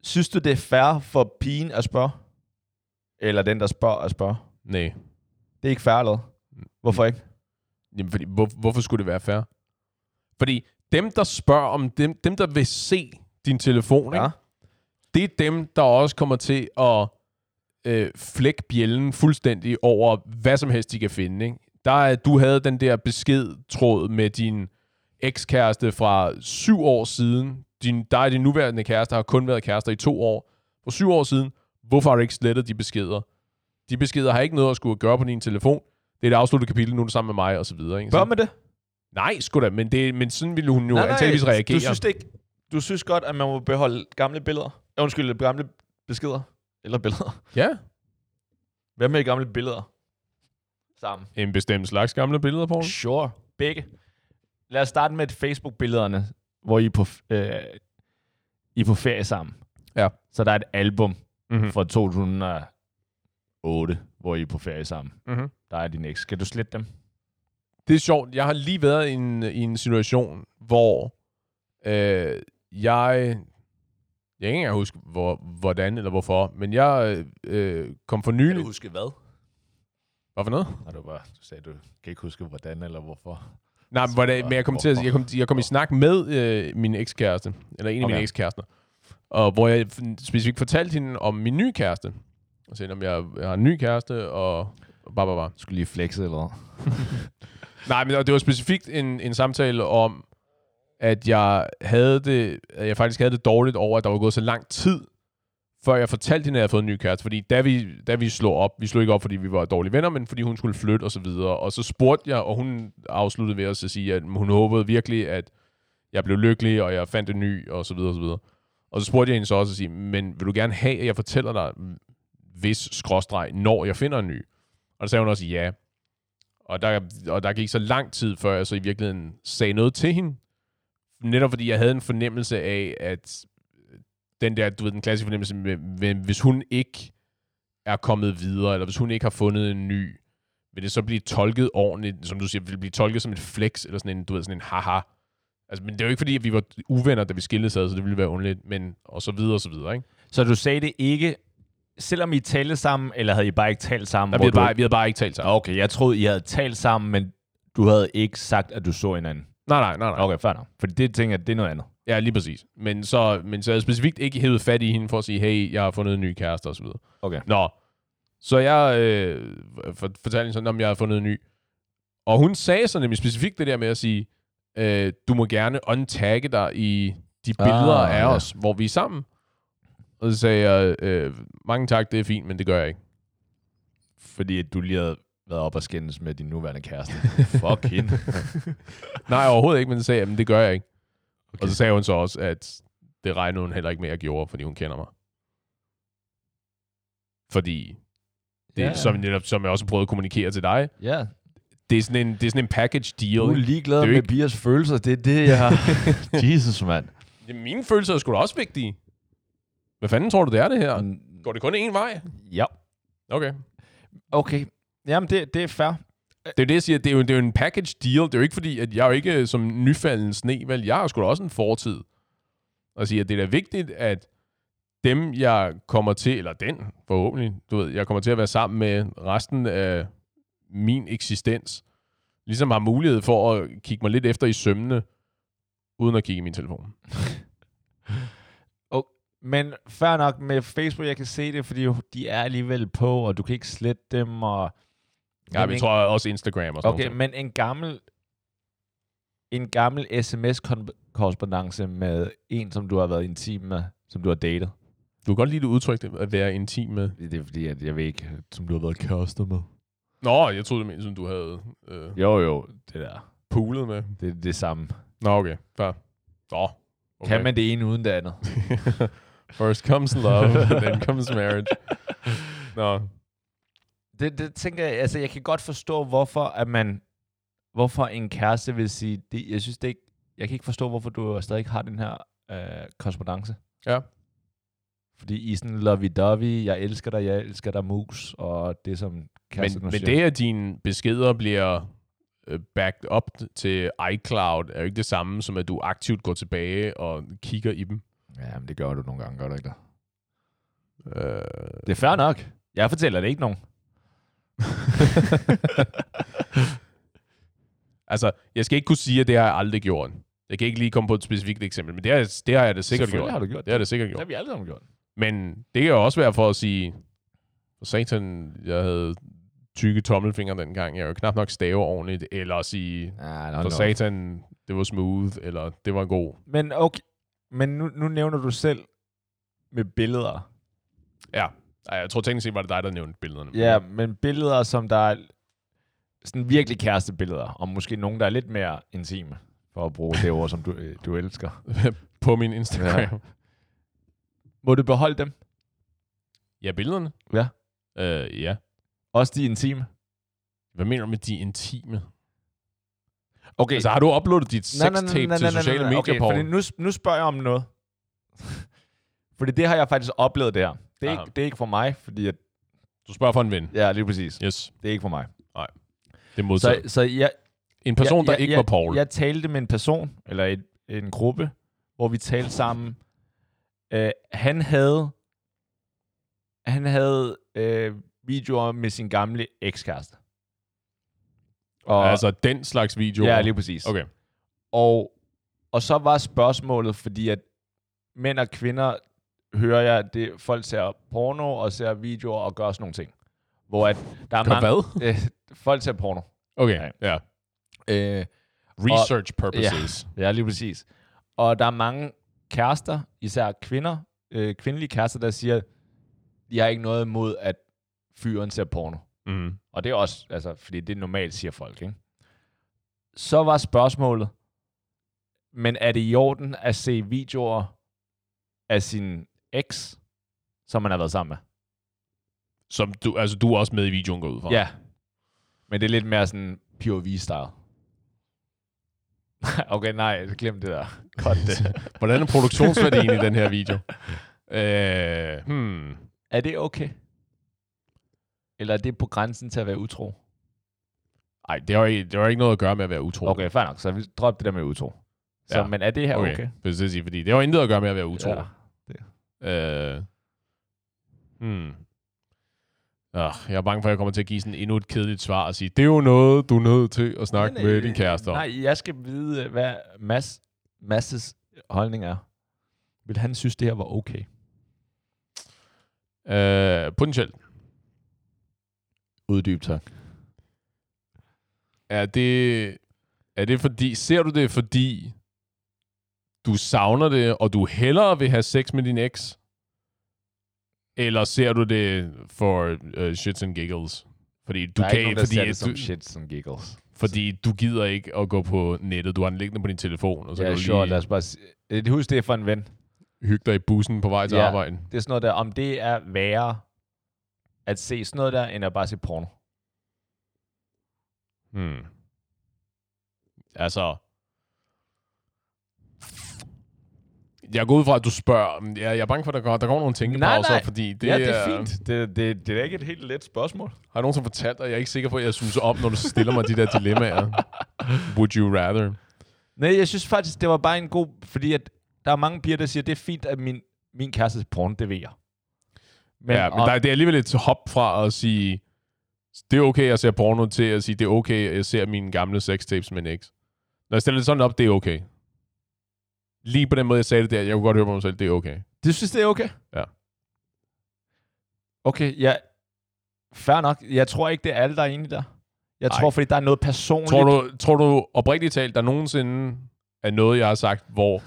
Synes du, det er fair for pigen at spørge? Eller den, der spørger at spørge? Nej. Det er ikke fair, eller? hvad? Hvorfor ikke? Jamen, fordi, hvor, hvorfor skulle det være fair? Fordi dem, der spørger om dem, dem der vil se din telefon, ja. Ja. ikke? det er dem, der også kommer til at øh, flække bjælden fuldstændig over, hvad som helst de kan finde. Ikke? Der er, du havde den der beskedtråd med din ekskæreste fra syv år siden. Din, dig og din nuværende kæreste har kun været kærester i to år. For syv år siden, hvorfor har du ikke slettet de beskeder? De beskeder har ikke noget at skulle gøre på din telefon. Det er et afsluttet kapitel, nu er du sammen med mig, og så videre. Ikke? Bør Så, med det? nej, sgu da, men, det, men sådan ville hun jo antageligvis reagere. Du synes, det ikke, du synes godt, at man må beholde gamle billeder? Ja, Undskyld, gamle beskeder? Eller billeder? Ja, Hvad med gamle billeder? Sammen. en bestemt slags gamle billeder, Poul. Sure. Begge. Lad os starte med Facebook-billederne, hvor I er på, øh, I er på ferie sammen. Ja. Så der er et album Mhm. mm-hmm. fra 2008, hvor I er på ferie sammen. Mhm. Der er din eks. Skal du slette dem? Det er sjovt. Jeg har lige været i en, i en situation, hvor øh, jeg... Jeg kan ikke engang huske, hvor, hvordan eller hvorfor, men jeg øh, kom for nylig... huske hvad? Hvad for noget? Har du bare du sagde, du kan ikke huske hvordan eller hvorfor. Nej, men, hvordan, men jeg kom, til at, jeg kom, jeg kom i snak med øh, min ekskæreste, eller en af okay. mine Okay. ekskærester, og hvor jeg f- specifikt fortalte hende om min nye kæreste. Og sagde, om jeg, jeg har en ny kæreste, og bare, bare, bare. Du skulle lige flexe eller hvad? Nej, men det var specifikt en, en samtale om, at jeg havde det, at jeg faktisk havde det dårligt over, at der var gået så lang tid, før jeg fortalte hende, at jeg havde fået en ny kæreste. Fordi da vi, da vi slog op, vi slog ikke op, fordi vi var dårlige venner, men fordi hun skulle flytte og så videre. Og så spurgte jeg, og hun afsluttede ved os at sige, at hun håbede virkelig, at jeg blev lykkelig, og jeg fandt en ny, og så videre, og så videre. Og så spurgte jeg hende så også at sige, men vil du gerne have, at jeg fortæller dig, hvis skråstreg, når jeg finder en ny? Og der sagde hun også ja. Og der, og der gik så lang tid, før jeg så i virkeligheden sagde noget til hende. Netop fordi jeg havde en fornemmelse af, at den der, du ved, den klassiske fornemmelse, med, med, hvis hun ikke er kommet videre, eller hvis hun ikke har fundet en ny, vil det så blive tolket ordentligt, som du siger, vil det blive tolket som et flex, eller sådan en, du ved, sådan en haha. Altså, men det er jo ikke fordi, at vi var uvenner, da vi skildes ad, så det ville være underligt, men og så videre og så videre, ikke? Så du sagde det ikke, selvom I talte sammen, eller havde I bare ikke talt sammen? Der, hvor vi, havde du- Ah, bare, vi havde bare ikke talt sammen. Okay, jeg troede, I havde talt sammen, men du havde ikke sagt, at du så hinanden. Nej, nej, nej, nej. Okay, fair nok. Fordi det tænker jeg, det er noget andet. Ja, lige præcis. Men så, men så havde jeg specifikt ikke hævet fat i hende for at sige, hey, jeg har fundet en ny kæreste osv. Okay. Nå, så jeg øh, for, fortalte hende sådan, om jeg har fundet en ny. Og hun sagde så nemlig specifikt det der med at sige, øh, du må gerne untagge dig i de Ah, billeder ah, af ja. os, hvor vi er sammen. Og så sagde jeg, øh, mange tak, det er fint, men det gør jeg ikke. Fordi at du lige havde været op og skændes med din nuværende kæreste. Fuck hende. Nej, overhovedet ikke, men så sagde jeg, men det gør jeg ikke. Okay. Okay. Og så sagde hun så også, at det regnede hun heller ikke med, at jeg gjorde, fordi hun kender mig. Fordi, det, Ja. ja. som, netop, som jeg også prøvede at kommunikere til dig, Ja, det er sådan en, det er sådan en package deal. du er ikke? ligeglad Det er jo med ikke- Bias følelser. Det er det, jeg har. Jesus, mand. Jamen, Mine følelser er sgu da også vigtige. Hvad fanden tror du, det er det her? Går det kun én vej? Ja. Okay. Okay. Jamen, det, det er fair. Det er jo det, jeg siger. Det er jo, det er jo en package deal. Det er jo ikke fordi, at jeg er jo ikke øh, som nyfalden sne, vel? Jeg har sgu da også en fortid. Og siger, at det er da vigtigt, at dem, jeg kommer til, eller den forhåbentlig, du ved, jeg kommer til at være sammen med resten af min eksistens, ligesom har mulighed for at kigge mig lidt efter i sømmene, uden at kigge i min telefon. Men fair nok med Facebook, jeg kan se det, fordi de er alligevel på, og du kan ikke slette dem. Og... Ja, Men vi en- tror også Instagram og sådan Okay, noget. men en gammel en gammel sms-korrespondence med en, som du har været intim med, som du har datet. Du kan godt lide det udtryk, det at være intim med. Det er fordi, at jeg ved ikke, som du har været kærester med. Nå, jeg troede, det mente, som du havde øh, Jo, jo, det der. poolet med. Det er det samme. Nå, okay. Fair. Nå. Okay. Okay. Kan man det ene uden det andet? First comes love, then comes marriage. Nå, Det, det tænker jeg, altså jeg kan godt forstå, hvorfor at man, hvorfor en kæreste vil sige, det, jeg synes det ikke, jeg kan ikke forstå, hvorfor du stadig har den her øh, korrespondence. Ja. Fordi I er sådan lovey-dovey, jeg elsker dig, jeg elsker dig, mus, og det som kæresten Men, men det, at dine beskeder bliver øh, backed up til iCloud, er jo ikke det samme, som at du aktivt går tilbage og kigger i dem. Ja, men det gør du nogle gange, gør du ikke det? Øh, Det er fair nok. Jeg fortæller det ikke nogen. altså, jeg skal ikke kunne sige, at det har jeg aldrig gjort. Jeg kan ikke lige komme på et specifikt eksempel, men det har, det har jeg da sikkert gjort. Selvfølgelig har du gjort Det har jeg da sikkert Det gjort. har vi alle sammen gjort. Men det kan jo også være for at sige, for satan, jeg havde tykke tommelfingre dengang, jeg jo knap nok stave ordentligt, eller at sige, Ah, for satan, det var smooth, eller det var god. Men okay, men nu, nu nævner du selv med billeder. Ej, jeg tror teknisk set var det dig, der nævnte billederne. Ja, men billeder, som der er sådan virkelig kærestebilleder, og måske nogen, der er lidt mere intime, for at bruge det ord, som du, øh, du elsker. På min Instagram. Ja, Må du beholde dem? ja billederne? Ja. Øh, ja. Også de intime? Hvad mener du med de intime? Okay, Altså, har du uploadet dit sextape til sociale medier, okay, fordi Paul? nu, nu spørger jeg om noget. fordi det har jeg faktisk oplevet der. Det er, Aha. ikke, det er ikke for mig, fordi... At, Du spørger for en ven. ja, lige præcis. Yes, Det er ikke for mig. det er Så, modtaget. så jeg, En person, jeg, der jeg, ikke jeg, var Paul. Jeg talte med en person, eller et, en gruppe, hvor vi talte sammen. Øh, han havde, han havde øh, videoer med sin gamle ekskæreste. Og, Altså, den slags video. ja, lige præcis. Okay. Og, og så var spørgsmålet, fordi at mænd og kvinder, hører jeg, at det, folk ser porno og ser videoer og gør sådan nogle ting. Hvor at der er Gør mange... hvad? Øh, folk ser porno. Okay, ja. Øh, Research purposes. Ja, lige præcis. Og der er mange kærester, især kvinder, øh, kvindelige kærester, der siger, de har ikke noget imod, at fyren ser porno. Mm. Og det er også, altså, fordi det er normalt, siger folk, ikke? Så var spørgsmålet, men er det i orden at se videoer af sin eks, som man har været sammen med? Som du, altså, du er også med i videoen, går ud fra. Ja. Men det er lidt mere sådan POV-style. okay, nej, glem det der. Godt det. Hvordan er produktionsværdien i den her video? Øh, hmm. Er det okay? Eller er det på grænsen til at være utro? Ej, det har, ikke, det har ikke noget at gøre med at være utro. Okay, fair nok. Så vi drop det der med utro. Så, Ja. Men er det her okay? okay? Hvis det sige, fordi det har intet at gøre med at være utro. Ja. Øh. Hmm. Ah, jeg er bange for, at jeg kommer til at give sådan endnu et kedeligt svar og sige, det er jo noget, du er nødt til at snakke Nej, med nej, din kæreste om. Nej, jeg skal vide, øh, hvad Mads, Masses holdning er. Vil han synes, det her var okay? Øh, potentielt. Uddyb, tak. Er det, er det fordi, ser du det fordi, du savner det, og du hellere vil have sex med din eks? Eller ser du det for uh, shits and giggles? Fordi du der er kan ikke nogen, der fordi, ser det du, som shit, som giggles. fordi du gider ikke at gå på nettet. Du har den liggende på din telefon, og så Ja, kan yeah, du sure, lad lige os bare sige. Øh, Husk, det er for en ven. hygge dig i bussen på vej til Ja. arbejde. Det er sådan noget der, om det er værre at se sådan noget der, end at bare se porno. Hmm. Altså... Jeg går ud fra, at du spørger. Ja, jeg er bange for, at der kommer, der kommer nogle tænkepauser, nej. fordi det, Det ja, det er fint. Det, det, det er ikke et helt let spørgsmål. Har nogen som fortalt dig, jeg er ikke sikker på, at jeg synes om, når du stiller mig de der dilemmaer? Would you rather? Nej, jeg synes faktisk, det var bare en god... Fordi at der er mange piger, der siger, det er fint, at min, min kæreste er porno, det ved jeg. Men, ja, men og- der, det er alligevel et hop fra at sige, det er okay, jeg ser porno, til at sige, det er okay, at jeg ser mine gamle sextapes med en eks. Når jeg stiller det sådan op, det er okay. Lige på den måde, jeg sagde det der, jeg kunne godt høre på mig selv, det er okay. Du synes, det er okay? Ja. Okay, ja. Fair nok. Jeg tror ikke, det er alle, der er enige der. Jeg Ej. tror, fordi der er noget personligt. Tror du, tror du oprigtigt talt, der nogensinde er noget, jeg har sagt, hvor 100%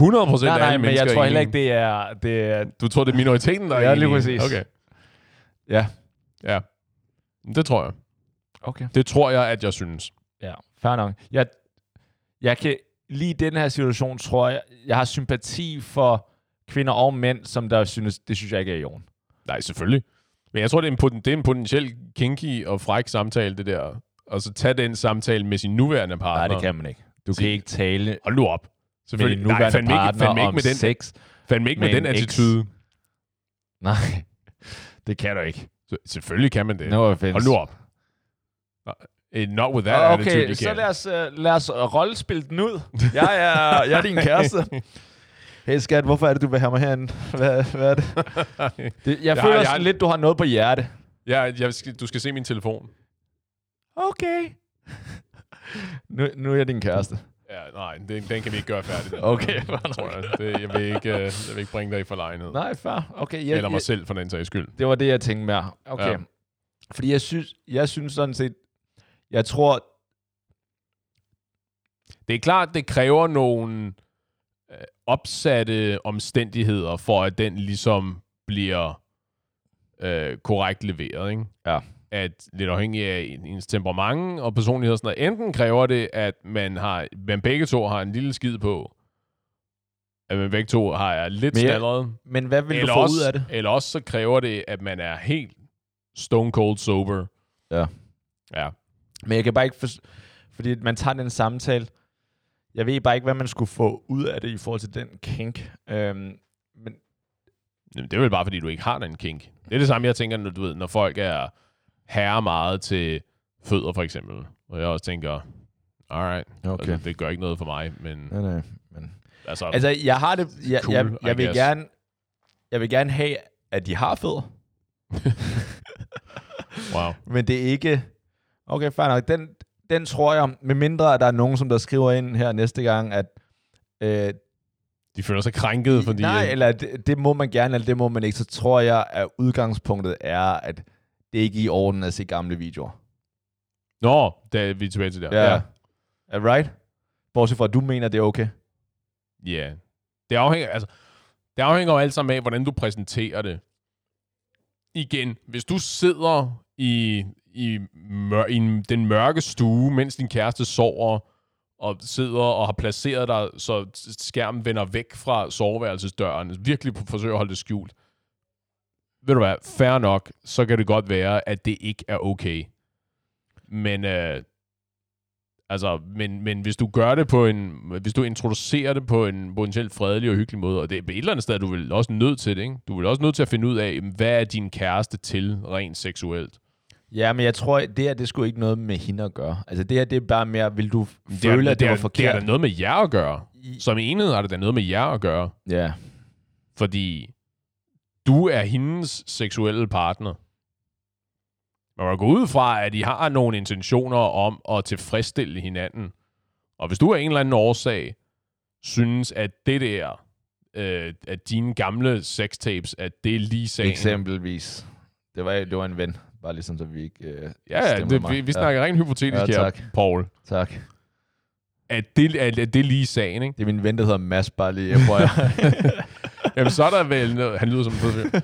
nej, nej, af alle men mennesker jeg er tror heller enige? ikke, det er... Det er Du tror, det er minoriteten, der er Ja, lige enige? præcis. Okay. ja. Ja. Det tror jeg. Okay. Det tror jeg, at jeg synes. Ja, fair nok. Jeg, jeg kan lige i den her situation, tror jeg, jeg har sympati for kvinder og mænd, som der synes, det synes jeg ikke er i orden. Nej, selvfølgelig. Men jeg tror, det er en, poten, det er en potentiel kinky og fræk samtale, det der. Og så tage den samtale med sin nuværende partner. Nej, det kan man ikke. Du kan Sig- ikke tale Hold nu op. med din Selvfølgelig. Nej, nuværende fandme partner ikke, fandme ikke om med den, sex. fandme ikke med med den en eks. attitude. Nej, det kan du ikke. Så, selvfølgelig kan man det. No offense. Hold nu op. Nå, eh, Not with that Åh, attitude, okay, you så can. lad os, uh, lad os rollespille den ud. Jeg er, jeg er din kæreste. Hey skat, hvorfor er det, du vil have mig herinde? Hvad, hvad er det? det jeg Jeg ja, har- føler jeg jeg, har- sådan lidt, du har noget på hjerte. ja, jeg skal, du skal se min telefon. Okay. nu, nu er jeg din kæreste. Ja, nej, den, den kan vi ikke gøre færdig. den. Okay, tror jeg. Det, jeg, vil ikke, øh, jeg vil ikke bringe dig i forlegenhed. Nej, fair. Okay, jeg, Eller mig jeg, selv, for den sags skyld. det var det, jeg tænkte mere. Okay. Ja. Ja. Fordi jeg synes, jeg synes sådan set, jeg tror, Det er klart, det kræver nogle øh, opsatte omstændigheder, for at den ligesom bliver øh, korrekt leveret. Ikke? Ja. At lidt afhængig af ens temperament og personlighed og sådan noget, enten kræver det, at man, har, man begge to har en lille skid på, at man begge to har er lidt Mere- stalleret, men hvad vil eller du få også, ud af det? Eller også så kræver det, at man er helt stone cold sober. Ja. Ja. Men jeg kan bare ikke... For... Fordi man tager den samtale. Jeg ved bare ikke, hvad man skulle få ud af det i forhold til den kink. Øhm, men Jamen, det er vel bare, fordi du ikke har den kink. Det er det samme, jeg tænker, når, du ved, når folk er herre meget til fødder, for eksempel. Og jeg også tænker, alright, okay. altså, det gør ikke noget for mig, men Nej, nej, men... altså, altså Altså, jeg har det... Jeg, Cool, cool, jeg, I jeg, vil guess. gerne, jeg vil gerne have, at de har fødder. wow. Men det er ikke... Okay, fair nok. Den, den tror jeg, med mindre at der er nogen, som der skriver ind her næste gang, at... Øh, De øh. føler sig krænket, fordi... nej, at- eller det, det må man gerne, eller det må man ikke. Så tror jeg, at udgangspunktet er, at det ikke er i orden at se gamle videoer. Nå, der, vi er tilbage til der. Ja. ja. Er right? Bortset fra, at du mener, det er okay. Ja. Det afhænger, altså, det afhænger jo alt sammen af, hvordan du præsenterer det. Igen, hvis du sidder i, i, mør, i en- den mørke stue, mens din kæreste sover, og sidder og har placeret dig, så skærmen vender væk fra soveværelsesdøren, virkelig forsøger at holde det skjult, ved du hvad, fair nok, så kan det godt være, at det ikke er okay. Men, øh, altså, men, men hvis du gør det på en, hvis du introducerer det på en potentielt fredelig og hyggelig måde, og det er på et eller andet sted, er du vil også nødt til det, ikke? Du vil også nødt til at finde ud af, jamen, hvad er din kæreste til rent seksuelt? Ja, men jeg tror, det her, det skulle ikke noget med hende at gøre. Altså det her, det er bare mere, vil du føle, er, at det er, var Det er forkert? da noget med jer at gøre. I- Som enhed har det da noget med jer at gøre, Ja. fordi du er hendes seksuelle partner. Man må gå ud fra, at I har nogle intentioner om at tilfredsstille hinanden. Og hvis du af en eller anden årsag synes, at det der, øh, at dine gamle sextapes, at det er lige sagen. Eksempelvis. Det var, det var en ven. Bare ligesom, så vi ikke øh, Ja, stemmer det, mig. vi, vi snakker rent hypotetisk Ja, her, tak. Paul. Ja, tak. At det, at, at det er lige sagen, ikke? Det er min ven, der hedder Mads, bare lige. Jeg prøver. Jamen, så er der vel noget, han lyder som en fed fyr.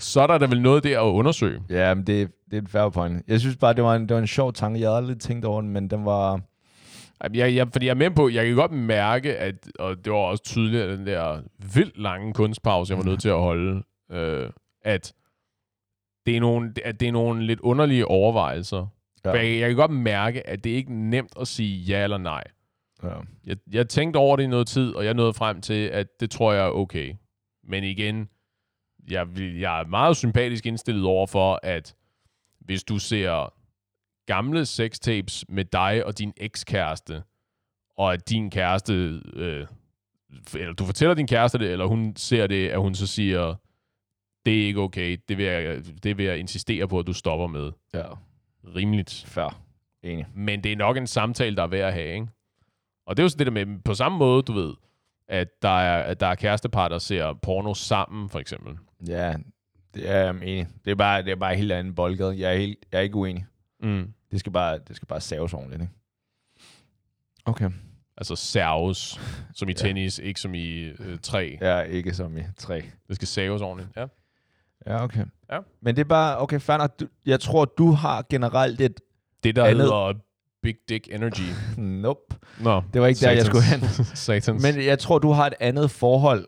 Så er der, der vel noget der at undersøge. ja, men det, det er et fair point. Jeg synes bare, det var en, det var en sjov tanke. Jeg havde aldrig tænkt over den, men den var... Ej, Jeg, jeg, fordi jeg er med på, jeg kan godt mærke, at, og det var også tydeligt, at den der vildt lange kunstpause, jeg var nødt til at holde, øh, at, det er nogle, at det er nogle lidt underlige overvejelser. Ja. Ja. For jeg, jeg kan godt mærke, at det er ikke nemt at sige ja eller nej. Ja. Jeg, jeg tænkte over det i noget tid, og jeg nåede frem til, at det tror jeg er okay. Men igen, jeg, vil- jeg er meget sympatisk indstillet over for, at hvis du ser gamle sextapes med dig og din ekskæreste, og at din kæreste, øh, f- eller du fortæller din kæreste det, eller hun ser det, at hun så siger, det er ikke okay, det vil jeg, det vil jeg insistere på, at du stopper med. Ja, Rimeligt fair. Enig. men det er nok en samtale, der er værd at have, ikke? Og det er jo sådan det der med, på samme måde, du ved, at der er, at der er kærestepar, der ser porno sammen, for eksempel. Ja, det er jeg enig. Det er bare, det er bare en helt anden boldgade. Jeg er, helt, jeg er ikke uenig. Mm. Det skal bare, det skal bare saves ordentligt, ikke? Okay. Altså serves, som i Ja. tennis, ikke som i øh, træ. Ja, ikke som i tre. Det skal saves ordentligt, ja. Ja, okay. Ja. Men det er bare, okay, fair nok. Du, jeg tror, du har generelt et... Det, der Andet- hedder big dick energy. Nope. Nå, Det var ikke der, jeg satans. skulle hen. Satans. Men, Men jeg tror, du har et andet forhold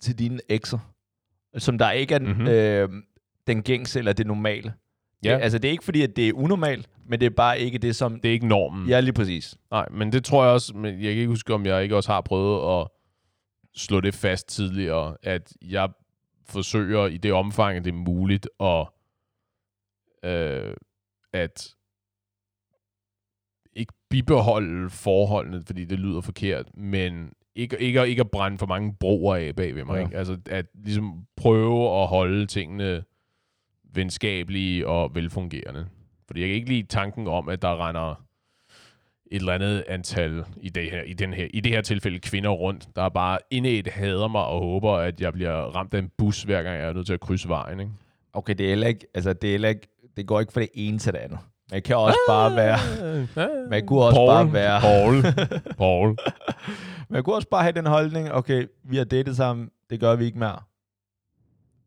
til dine ekser, som der ikke er Mhm. mm-hmm. øh, den gængse eller det normale. Ja. Mm. Det, altså, det er ikke fordi, at det er unormalt, men det er bare ikke det, som... det er ikke normen. Ja, lige præcis. Nej, men det tror jeg også, men jeg kan ikke huske, om jeg ikke også har prøvet at slå det fast tidligere, at jeg forsøger i det omfang, at det er muligt, at, øh, at ikke bibeholde forholdene, fordi det lyder forkert, men ikke, ikke, ikke at brænde for mange broer af bag ved mig. Ja. Ja. Ikke? Altså at ligesom prøve at holde tingene venskabelige og velfungerende. Fordi jeg kan ikke lide tanken om, at der render et eller andet antal i det her, i den her, i det her tilfælde kvinder rundt, der bare indet hader mig og håber, at jeg bliver ramt af en bus, hver gang jeg er nødt til at krydse vejen. Ikke? Okay, det er heller ikke, altså det er heller ikke, det går ikke fra det ene til det andet. Man kan også Ah! bare være, man kunne også bare være, Paul. Paul. man kunne også bare have den holdning, okay, vi har datet sammen, det gør vi ikke mere.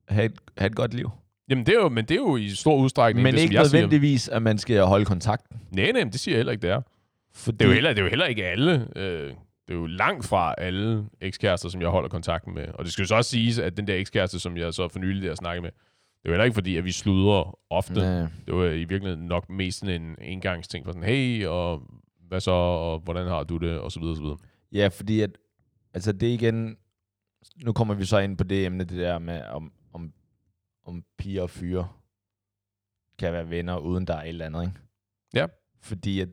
Ha' et, ha et godt liv. Jamen, det er jo, men det er jo i stor udstrækning, Men det, ikke som jeg siger. nødvendigvis, at man skal holde kontakten. Nej, nej, men det siger jeg heller ikke, det er. Fordi, Det er jo heller, det er jo heller ikke alle. Øh, det er jo langt fra alle ekskærester, som jeg holder kontakten med. Og det skal jo så også siges, at den der ekskæreste, som jeg så for nylig der snakkede med, det er jo heller ikke fordi, at vi sludrer ofte. Nej. Nej. Det var i virkeligheden nok mest sådan en engangsting for sådan, hey, og hvad så, og hvordan har du det, og så videre, og så videre. Ja, fordi at, altså det er igen, nu kommer vi så ind på det emne, det der med, om, om, om piger og fyre kan være venner, uden der er et eller andet, ikke? Ja. Fordi, at,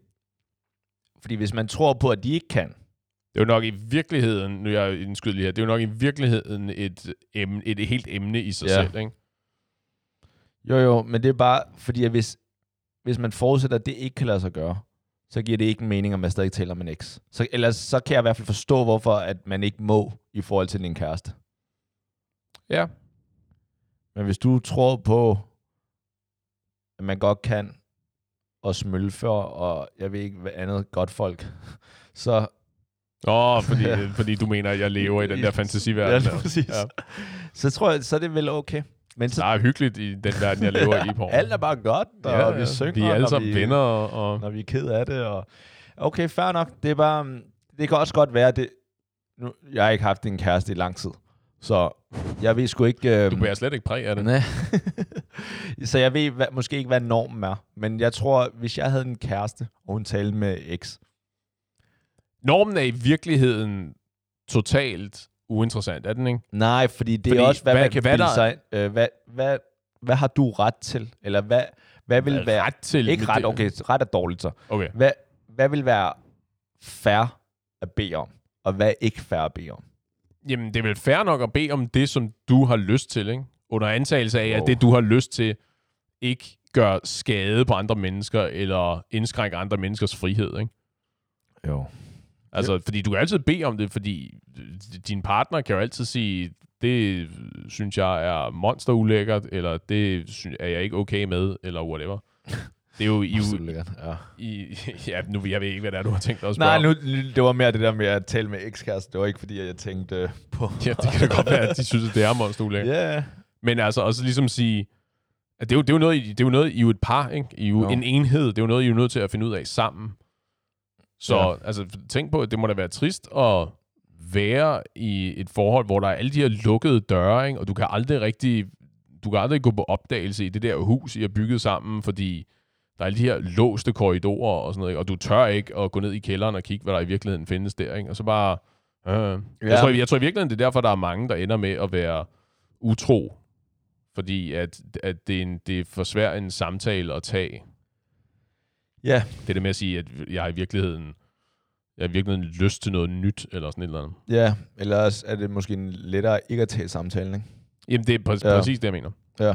fordi hvis man tror på, at de ikke kan, Det er jo nok i virkeligheden, nu er jeg indskyldig her, det er jo nok i virkeligheden et, emne, et helt emne i sig Ja. ja. selv, ikke? jo jo, men det er bare, fordi at hvis, hvis man forudsætter, at det ikke kan lade sig gøre, så giver det ikke mening, at man stadig taler med en eks. Så, ellers så kan jeg i hvert fald forstå, hvorfor at man ikke må i forhold til din kæreste. Ja. Men hvis du tror på, at man godt kan og smølfe for, og jeg ved ikke, hvad andet godt folk, så... Åh, fordi, fordi du mener, at jeg lever i den der fantasiverden. Ja, der. lige præcis. Ja. Så tror jeg, så er det vel okay. Men så, Der er hyggeligt i den verden, jeg lever i på. alt er bare godt, og ja, vi synger, Vi er alle når sammen vi, venner, og, og når vi er ked af det. Og... Okay, fair nok. Det, er bare, mm, det kan også godt være, at det... Nu, jeg har ikke haft en kæreste i lang tid, så jeg ved sgu ikke... du øhm, bærer slet ikke præg af det. Nej. så jeg ved hvad, måske ikke, hvad normen er. Men jeg tror, hvis jeg havde en kæreste, og hun talte med X, Normen er i virkeligheden totalt uinteressant, er den ikke? Nej, fordi det fordi, Fordi er også, hvad, hvad- man kan hvad hvad, der- sig ind. øh, hvad, hvad, hvad har du ret til? Eller hvad, hvad vil være... ret til... ikke men ret, det- okay, ret er dårligt så. Okay, Hvad, hvad vil være fair at bede om? Og hvad er ikke fair at bede om? jamen det er vel fair nok at bede om det, som du har lyst til, ikke? Under antagelse af, at Jo. det, du har lyst til, ikke gør skade på andre mennesker, eller indskrænker andre menneskers frihed, ikke? Jo. Altså, fordi du kan altid bede om det, fordi din partner kan jo altid sige, det synes jeg er monsterulækkert, eller det sy- er jeg ikke okay med, eller whatever. Det er jo i... Ja. i ja, nu jeg ved ikke, hvad det er, du har tænkt dig at spørge Nej, om. nu, det var mere det der med at tale med ekskæreste. Det var ikke fordi, at jeg tænkte øh, på... Ja, det kan da godt være, at de synes, at det er monsterulækkert. Yeah. Ja. Men altså også ligesom sige, at det er jo, det er jo noget, I- det er jo noget, I er jo et par, ikke? I er jo Jo. en enhed. Det er jo noget, I er nødt til at finde ud af sammen. Så Ja. ja. altså, tænk på, at det må da være trist at være i et forhold, hvor der er alle de her lukkede døre, ikke? og du kan aldrig rigtig, du kan aldrig gå på opdagelse i det der hus, I har bygget sammen, fordi der er alle de her låste korridorer og sådan noget, ikke? og du tør ikke at gå ned i kælderen og kigge, hvad der i virkeligheden findes der, ikke? og så bare... Øh. Jeg, tror, jeg tror i virkeligheden, det er derfor, der er mange, der ender med at være utro, fordi at, at det, er en, det er for svært en samtale at tage. Ja, Det er det med at sige, at jeg har i virkeligheden, jeg har i virkeligheden lyst til noget nyt, eller sådan et eller andet. ja. Eller også er det måske lettere ikke at tage samtalen, ikke? Jamen, det er præ- Ja. ja. præcis det, jeg mener. Ja.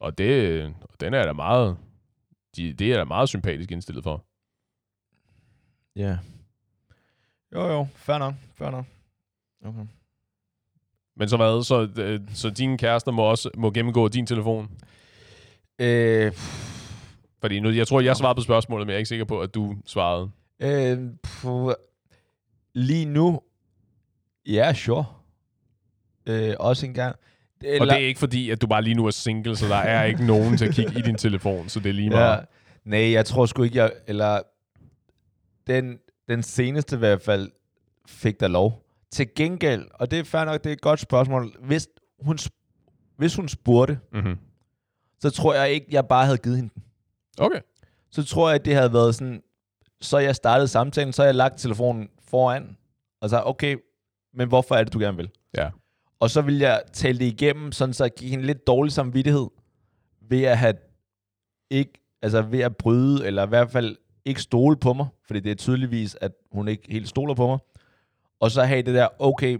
Og det, og den er da meget, de, det er da meget sympatisk indstillet for. Ja. Jo, jo. Fair nok. Fair nok. Okay. Men så hvad, så, øh, så dine kærester må også må gennemgå din telefon? Øh, Fordi nu, jeg tror, jeg svarede på spørgsmålet, men jeg er ikke sikker på, at du svarede. øh, puh. lige nu, ja, sure. Øh, også en gang. Eller, Og det er ikke fordi, at du bare lige nu er single, så der er ikke nogen til at kigge i din telefon, så det er lige meget. ja, Nej, jeg tror sgu ikke, jeg... Eller, den, den seneste i hvert fald fik der lov. Til gengæld, og det er fair nok, det er et godt spørgsmål. Hvis hun, sp- hvis hun spurgte, Mm-hmm. så tror jeg ikke, jeg bare havde givet hende den. Okay. så tror jeg, at det havde været sådan, så jeg startede samtalen, så jeg lagt telefonen foran, og så okay, men hvorfor er det, du gerne vil? Ja. Og så ville jeg tale det igennem, sådan så jeg gik en lidt dårlig samvittighed ved at have ikke, altså ved at bryde, eller i hvert fald ikke stole på mig, fordi det er tydeligvis, at hun ikke helt stoler på mig. Og så have det der, okay,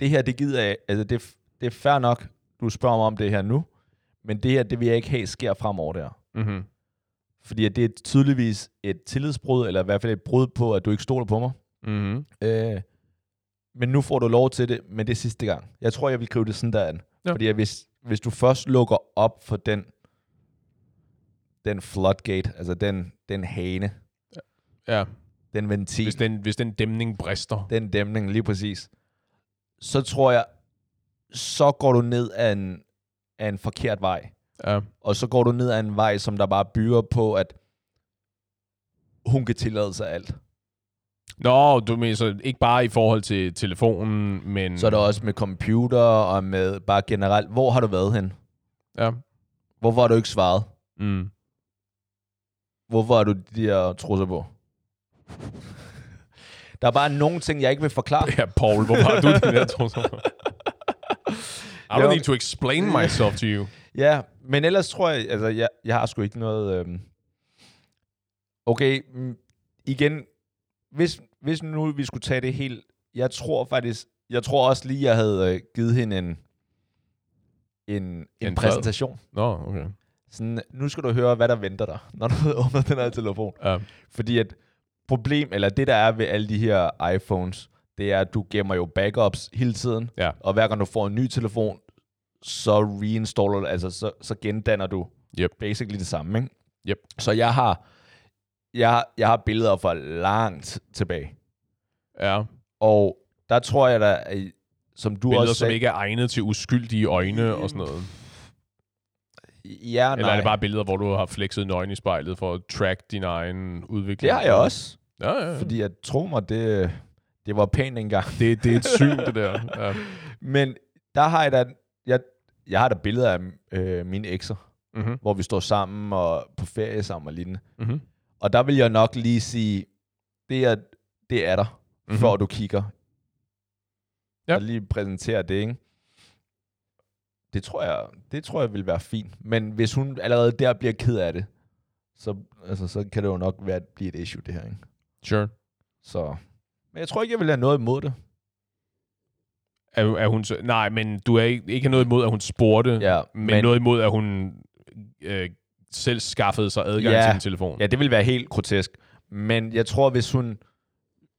det her, det gider jeg, altså det, det er fair nok, du spørger mig om det her nu, men det her, det vil jeg ikke have sker fremover der. Mm-hmm. Fordi at det er tydeligvis et tillidsbrud, eller i hvert fald et brud på, at du ikke stoler på mig. Mm-hmm. Øh, men nu får du lov til det, men det er sidste gang. Jeg tror, jeg vil gribe det sådan der an. Ja. Ja. Fordi at hvis, hvis du først lukker op for den, den floodgate, altså den, den hane, Ja, den ventil, hvis den, hvis den dæmning brister. den dæmning lige præcis, så tror jeg, så går du ned ad en, ad en forkert vej. Ja. Og så går du ned ad en vej, som der bare bygger på, at hun kan tillade sig alt. Nå, du mener så ikke bare i forhold til telefonen, men... Så er der også med computer og med bare generelt, hvor har du været hen? Ja. Hvorfor har du ikke svaret? Mm. Hvorfor har du de her trusser på? Der er bare nogle ting, jeg ikke vil forklare. Ja, Paul, hvor har du den der trusser? I Jo. don't need to explain myself to you. Ja, men ellers tror jeg, altså jeg, jeg har sgu ikke noget... Øhm... Okay, mm, igen, hvis, hvis nu vi skulle tage det helt... Jeg tror faktisk, jeg tror også lige, jeg havde øh, givet hende en, en, en, En en fred. præsentation. Nå, okay. Sådan, nu skal du høre, hvad der venter dig, når du åbner den her telefon. Ja. Fordi at problem, eller det der er ved alle de her iPhones, det er, at du gemmer jo backups hele tiden. Ja. Og hver gang du får en ny telefon, så reinstaller du, altså så, så gendanner du Yep. basically det samme, ikke? Yep. Så jeg har, jeg, har- jeg har billeder for langt tilbage. ja. Og der tror jeg da, at- som du Billeder, også som sagde, ikke er egnet til uskyldige øjne og sådan noget. ja, nej. Eller er det bare billeder, hvor du har flexet nøgen i spejlet for at track din egen udvikling? det har jeg også. Ja, ja. ja. Fordi jeg tror mig, det, det var pænt engang. Det, det er et syn, det der. Ja. Men der har jeg da, jeg, jeg har da billeder af øh, mine ekser. Mm-hmm. hvor vi står sammen og på ferie sammen og lignende. Mm-hmm. Og der vil jeg nok lige sige, det er, det er der, Mhm. mm-hmm. før du kigger. Ja. Og lige præsentere det, ikke? Det tror jeg, det tror jeg vil være fint. Men hvis hun allerede der bliver ked af det, så, altså, så kan det jo nok være, blive et issue, det her, ikke? Sure. Så, men jeg tror ikke, jeg vil have noget imod det. Er, er hun så, nej, men du er ikke, ikke noget imod, at hun spurgte, Ja, men, men noget imod, at hun øh, selv skaffede sig adgang Ja. til din telefon. Ja, det ville være helt grotesk. Men jeg tror, hvis hun,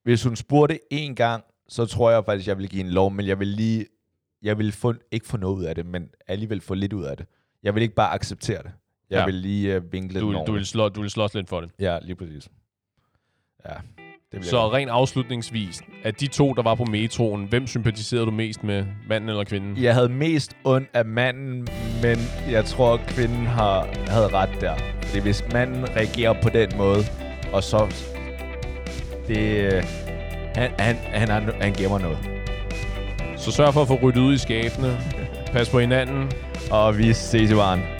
hvis hun spurgte én gang, så tror jeg faktisk, jeg ville give en lov, men jeg vil lige, jeg vil få, ikke få noget ud af det, men alligevel få lidt ud af det. Jeg vil ikke bare acceptere det. Jeg Ja. ja. vil lige øh, vinkle Du, den vil- du, ordentligt. vil slå, du vil slås lidt for det. Ja, lige præcis. Ja, det vil Så rent afslutningsvis, at de to, der var på metroen, hvem sympatiserede du mest med, manden eller kvinden? jeg. jeg havde mest ondt af manden, men jeg tror, kvinden har, havde ret der. Fordi hvis manden reagerer på den måde, og så... Det... øh, Han, han, han, han, han gemmer noget. Så sørg for at få ryddet ud i skabene. Pas på hinanden. Og vi ses i varen.